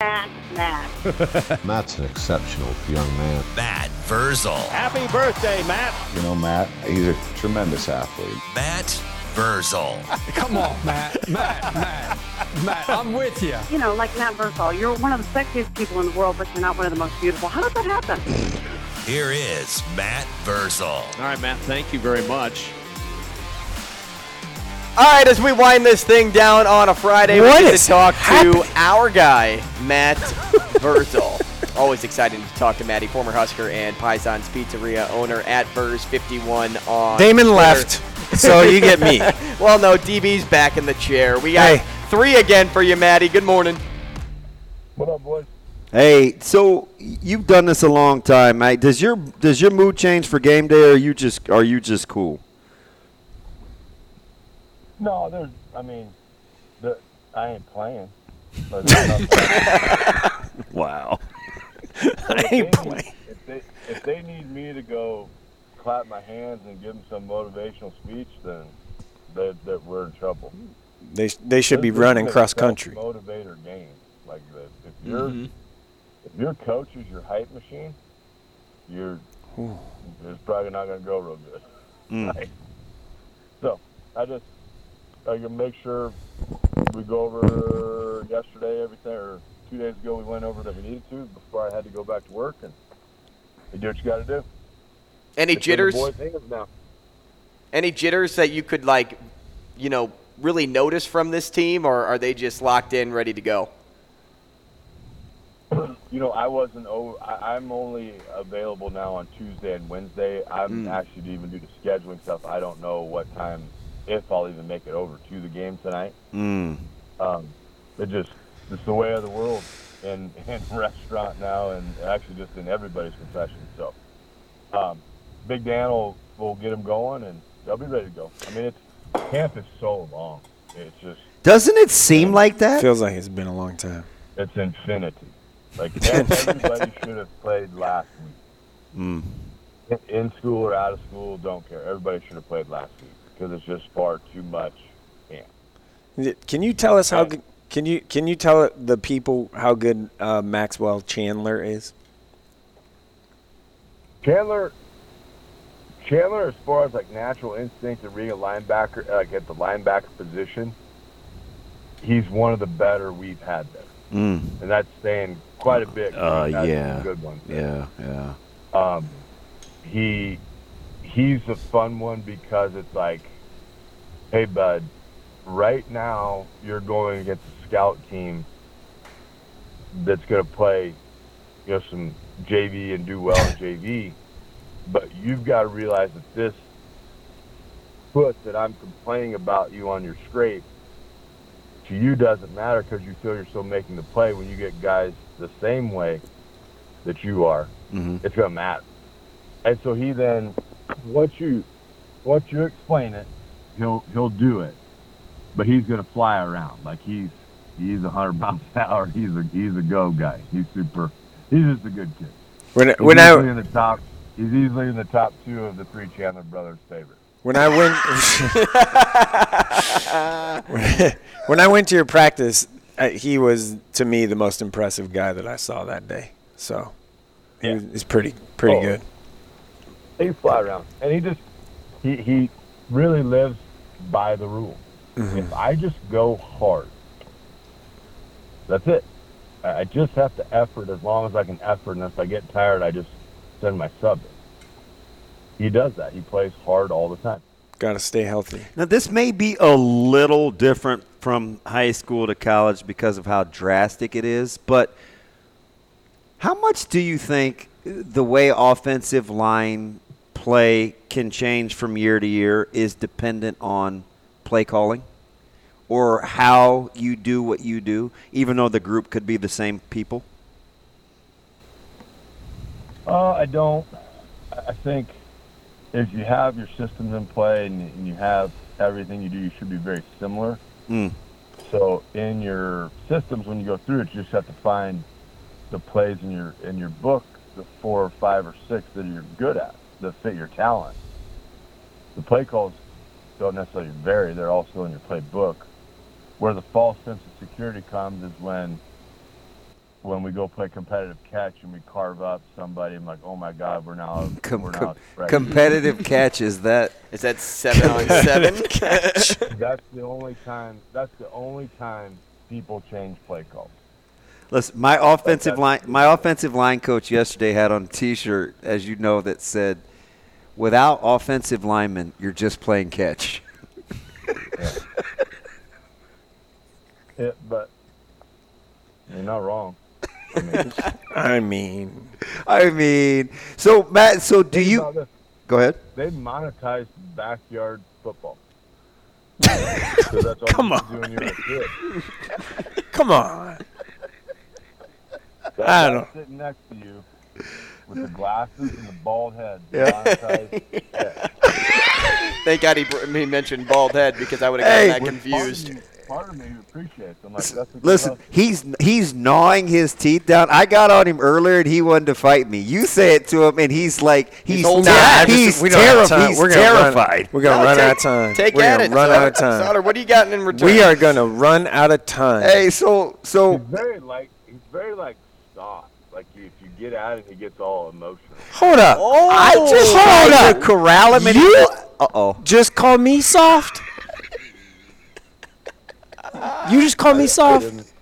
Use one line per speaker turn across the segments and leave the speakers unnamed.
Matt, Matt.
Matt's an exceptional young man.
Matt Verzel.
Happy birthday, Matt.
You know, Matt, he's a tremendous athlete.
Matt Verzel.
Come on, Matt. Matt, Matt, Matt, I'm with you.
You know, like Matt Versal, you're one of the sexiest people in the world, but you're not one of the most beautiful. How does that happen?
Here is Matt Verzel.
All right, Matt, thank you very much.
All right, as we wind this thing down on a Friday, we get to talk to our guy, Matt Virgil. Always exciting to talk to Matty, former Husker and Pison's Pizzeria owner at Vers51 on
Damon
Twitter.
left, so you get me.
Well, no, DB's back in the chair. We got
Hey.
three again for you, Matty. Good morning.
Hey, so you've done this a long time, mate. Does your does your mood change for game day, or are you just are you just cool?
No, there's. I mean, the, I ain't playing. But there's nothing-
Wow. I ain't playing.
if, they, if they need me to go clap my hands and give them some motivational speech, then that that we're in trouble.
They they should be
This is
running
a
cross country.
Motivator game like this. If your if your coach is your hype machine, you're it's probably not going to go real good.
Mm.
Right? So I just I can make sure we go over yesterday everything or two days ago we went over that we needed to before I had to go back to work and you do what you got to do.
Any
It's in the
jitters?
boys' hands now.
Any jitters that you could, like, you know, really notice from this team, or are they just locked in, ready to go?
you know, I wasn't. o I, I'm only available now on Tuesday and Wednesday. I'm actually to even do the scheduling stuff. I don't know what time, if I'll even make it over to the game tonight. Um, it just it's the way of the world in in restaurant now, and actually just in everybody's profession. So, um, Big Dan will will get them going, and they'll be ready to go. I mean, it's camp is so long. It's just
Doesn't it seem like that?
Feels like it's been a long time.
it's infinity. Like everybody should have played last week.
Mm.
In- In school or out of school, don't care. Everybody should have played last week because it's just far too much. Yeah.
Y- Can you tell us
Uh,
how? g- Can you can you tell the people how good uh, Maxwell Chandler is?
Chandler, Chandler, as far as like natural instinct and being a linebacker, like at the linebacker position, he's one of the better we've had there,
Mm.
and that's saying quite a bit.
Uh,
That's a
yeah.
good one.
Yeah, yeah.
um, he he's a fun one because it's like, hey bud, right now you're going against a scout team that's going to play, you know, some JV and do well in JV, but you've got to realize that this foot that I'm complaining about you on your scrape to you doesn't matter because you feel you're still making the play when you get guys the same way that you are it's gonna matter. And so he then, once you, once you explain it, he'll he'll do it, but he's gonna fly around like he's he's a hundred miles an hour. He's a he's a go guy. He's super. He's just a good kid.
When
He's
when
easily
I
in the top, he's easily in the top two of the three Chandler brothers' favorites.
when I went when- when I went to your practice, uh, he was to me the most impressive guy that I saw that day. So he
Yeah.
was he's pretty pretty
Oh.
good.
He fly around, and he just he he really lives by the rule. If I just go hard, that's it. I I just have to effort as long as I can effort, and if I get tired, I just send my sub. in. He does that. He plays hard all the time.
Got to stay healthy.
Now this may be a little different from high school to college because of how drastic it is, but how much do you think the way offensive line play can change from year to year is dependent on play calling? or how you do what you do, even though the group could be the same people?
Uh, I don't. I I think if you have your systems in play and, and you have everything you do, you should be very similar.
Mm.
So in your systems, when you go through it, you just have to find the plays in your in your book, the four or five or six that you're good at that fit your talent. The play calls don't necessarily vary; they're all still in your playbook. Where the false sense of security comes is when when we go play competitive catch and we carve up somebody. I'm like, oh my god, we're now
Com-
we're now
com-
right.
competitive catches that
Is that seven on seven?
That's the only time. That's the only time people change play calls.
Listen, my offensive
Okay.
line, my offensive line coach yesterday had on a T-shirt, as you know, that said, "Without offensive linemen, you're just playing catch."
It, but you're not wrong.
I mean,
I mean, so Matt, so do
Think
you
about this.
go ahead?
They monetized backyard football. 'Cause that's all
Come
you
on.
can do when you're a kid.
come on.
That
I
guy
don't-
Sitting next to you with the glasses and the bald head. monetized
Thank God he, br- he mentioned bald head because I would have
Hey.
gotten that
Which part of
confused.
me- Part of me appreciates. I'm like, that's a good
Listen,
hustle.
he's he's gnawing his teeth down. I got on him earlier, and he wanted to fight me. You say it to him, and he's like, he's
holding
ter-
back.
he's,
We don't have
terri-
time.
he's
We're gonna run-
terrified.
We're gonna
No,
run
take-
out of time.
Take
We're
at
gonna
it,
run out of
Sauter.
time.
Sauter, what do you got in return?
We are gonna run out of time.
Hey, so so
He's very like he's very like soft. Like if you get at it, he gets all emotional.
Hold up.
I
Oh.
just
hold
tried
up.
to corral him, and
You-
uh oh.
Just call me soft. You just call me
I
soft.
didn't,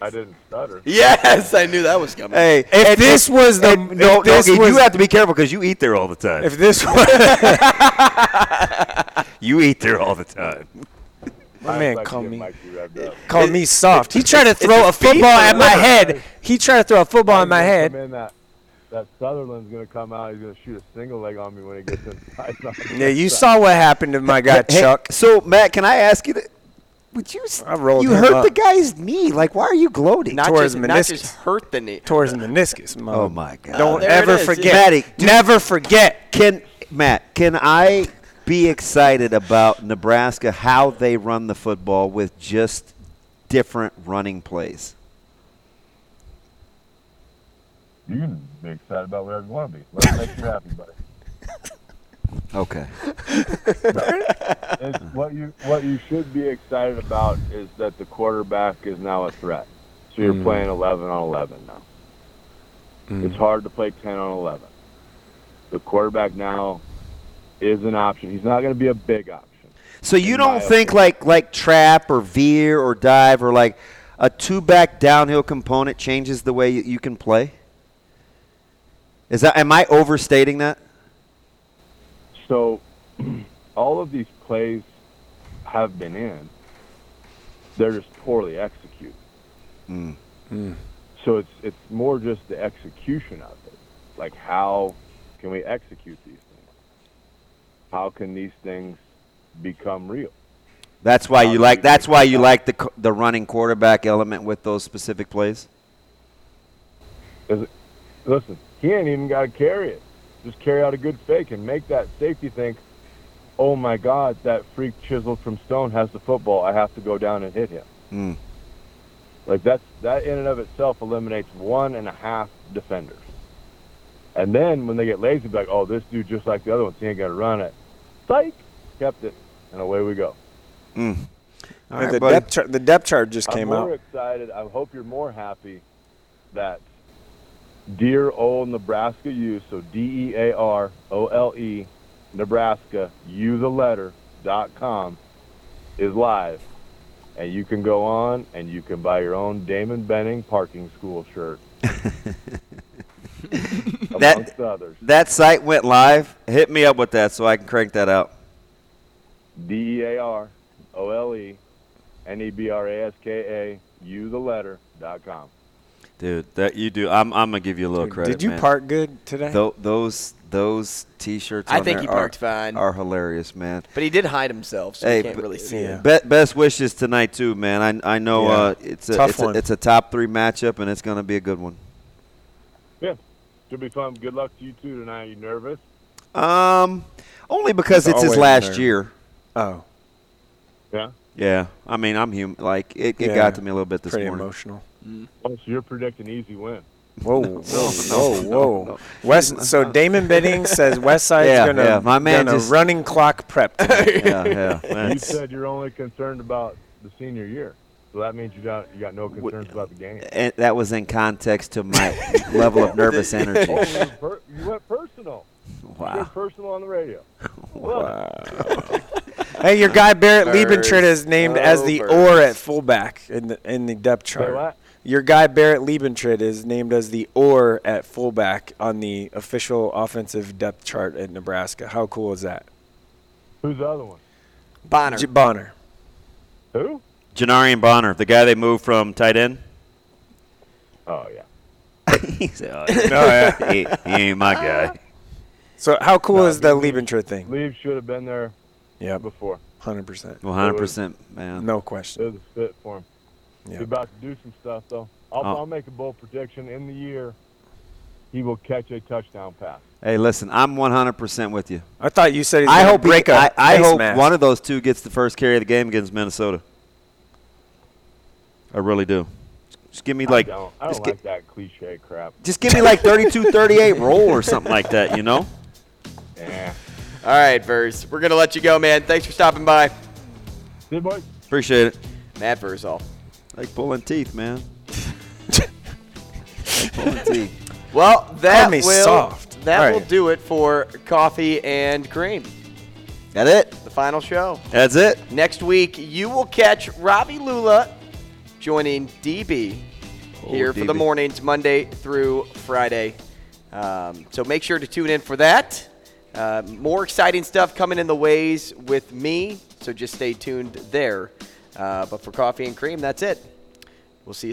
I didn't stutter.
Yes, I knew that was coming.
Hey,
If this was the
and no,
if this
no,
was,
you have to be careful because you eat there all the time.
if this was
you eat there all the time.
my
Mine's
man
like
call
getting
me
Mikey revved up.
call me soft. He tried to throw a football at my head. He tried to throw a football at my
He's gonna
head.
come in that, that Sutherland's gonna come out. He's gonna shoot a single leg on me when he gets inside.
Yeah, you saw what happened to my guy
Hey,
Chuck.
So Matt, can I ask you? That, would you? s-
I rolled
You
him
hurt
up.
the guy's knee. Like, why are you gloating?
not,
tore
just,
his
not just
meniscus.
hurt the knee.
Towards the meniscus. Mom.
Oh, my God.
Don't
There it
ever
is.
forget.
Matty,
never forget.
Can Matt? Can I be excited about Nebraska how they run the football with just different running plays?
You can be excited about whatever you want to be. What makes you happy, buddy?
Okay.
It's what you what you should be excited about is that the quarterback is now a threat. So
Mm.
you're playing 11 on 11 now. It's hard to play 10 on 11. The quarterback now is an option. He's not going to be a big option.
So you
In
don't
my
think like like trap or veer or dive or like a two back downhill component changes the way you, you can play? Is that am I overstating that?
So all of these plays have been in. They're just poorly executed. So it's it's more just the execution of it. Like how can we execute these things? How can these things become real?
That's why you
Um,
like that's why you like the co- the running quarterback element with those specific plays.
Is it, listen, he ain't even got to carry it. Just carry out a good fake and make that safety think, oh my God, that freak chiseled from stone has the football. I have to go down and hit him.
Mm.
Like that's that in and of itself eliminates one and a half defenders. And then when they get lazy, be like, oh, this dude just like the other ones, he ain't gonna run it. Psych, kept it, and away we go.
All
And
right,
the,
buddy.
depth chart, the depth chart just
I'm
came
more
out.
excited. I hope you're more happy that dear old Nebraska U, so D E A R O L E, Nebraska U the letter dot com is live, and you can go on and you can buy your own Damon Benning parking school shirt. amongst others,
That site went live. Hit me up with that so I can crank that out.
D E A R O L E N E B R A S K A U the letter dot com.
Dude, that you do. I'm, I'm gonna give you a little credit.
Did you
man.
park good today?
Tho- those those t-shirts?
I
on
think
there
he parked
are,
fine.
Are hilarious, man.
But he did hide himself, so you can't
b-
really see
yeah.
him.
Be- best wishes tonight too, man. I I know
Yeah.
uh, it's a
Tough
it's,
one.
A, it's a top three matchup, and it's gonna be a good one.
Yeah, should be fun. Good luck to you two tonight. You nervous?
Um, only because
It's
it's his
always
last
there.
year.
oh,
Yeah.
Yeah, I mean I'm human. Like it, it
Yeah.
got to me a little bit this
pretty
morning.
emotional.
Oh, so you're predicting easy win.
Whoa, whoa, whoa,
no,
whoa!
no.
West. So Damon Benning says West Side's
Yeah,
gonna,
yeah, my man
gonna
just-
running clock prep. tonight.
yeah, yeah.
You
that's-
said you're only concerned about the senior year, so that means you got you got no concerns about the game.
and eh, that was in context to my level of nervous energy.
Oh, you went per- you went personal. You went
Wow.
personal on the radio.
hey, your guy Barrett
First
Liebentritt is named as the
overs.
or at fullback in the in the depth chart.
what?
Your guy Barrett Liebentritt is named as the or at fullback on the official offensive depth chart at Nebraska. How cool is that?
Who's the other one?
Bonner.
J- Bonner.
Who?
Janarian Bonner, the guy they moved from tight end.
Oh yeah.
he said, oh, yeah. he, he ain't my guy.
So how cool is the Liebentritt thing?
Leave should have been there
Yeah,
before.
hundred percent,
100 percent, man.
no
It
question.
was a fit for him.
Yeah.
He's about to do some stuff though. I'll,
Oh.
I'll make a bold prediction. In the year, he will catch a touchdown pass.
Hey, listen, I'm 100 percent with you.
I thought you said he's
I
gonna
hope
break
he,
a
I, I
face
hope
mask.
one of those two gets the first carry of the game against Minnesota. I really do. Just give me like
I don't, I don't
just,
like
gi-
that cliche crap.
just give me like 32-38 roll or something like that, you know?
Yeah.
All right, Verz. We're going to let you go, man. Thanks for stopping by.
See, boys.
Appreciate it.
Matt Verzal.
Like pulling teeth, man. Like pulling teeth.
Well, that
me
will
soft.
that
All
will
right.
do it for coffee and cream.
That it?
The final show
That's it.
next week. You will catch Robbie Lula joining DB here for the
DB.
mornings, Monday through Friday. Um, so make sure to tune in for that. Uh, more exciting stuff coming in the ways with me. So just stay tuned there. Uh, but for coffee and cream, that's it. We'll see you.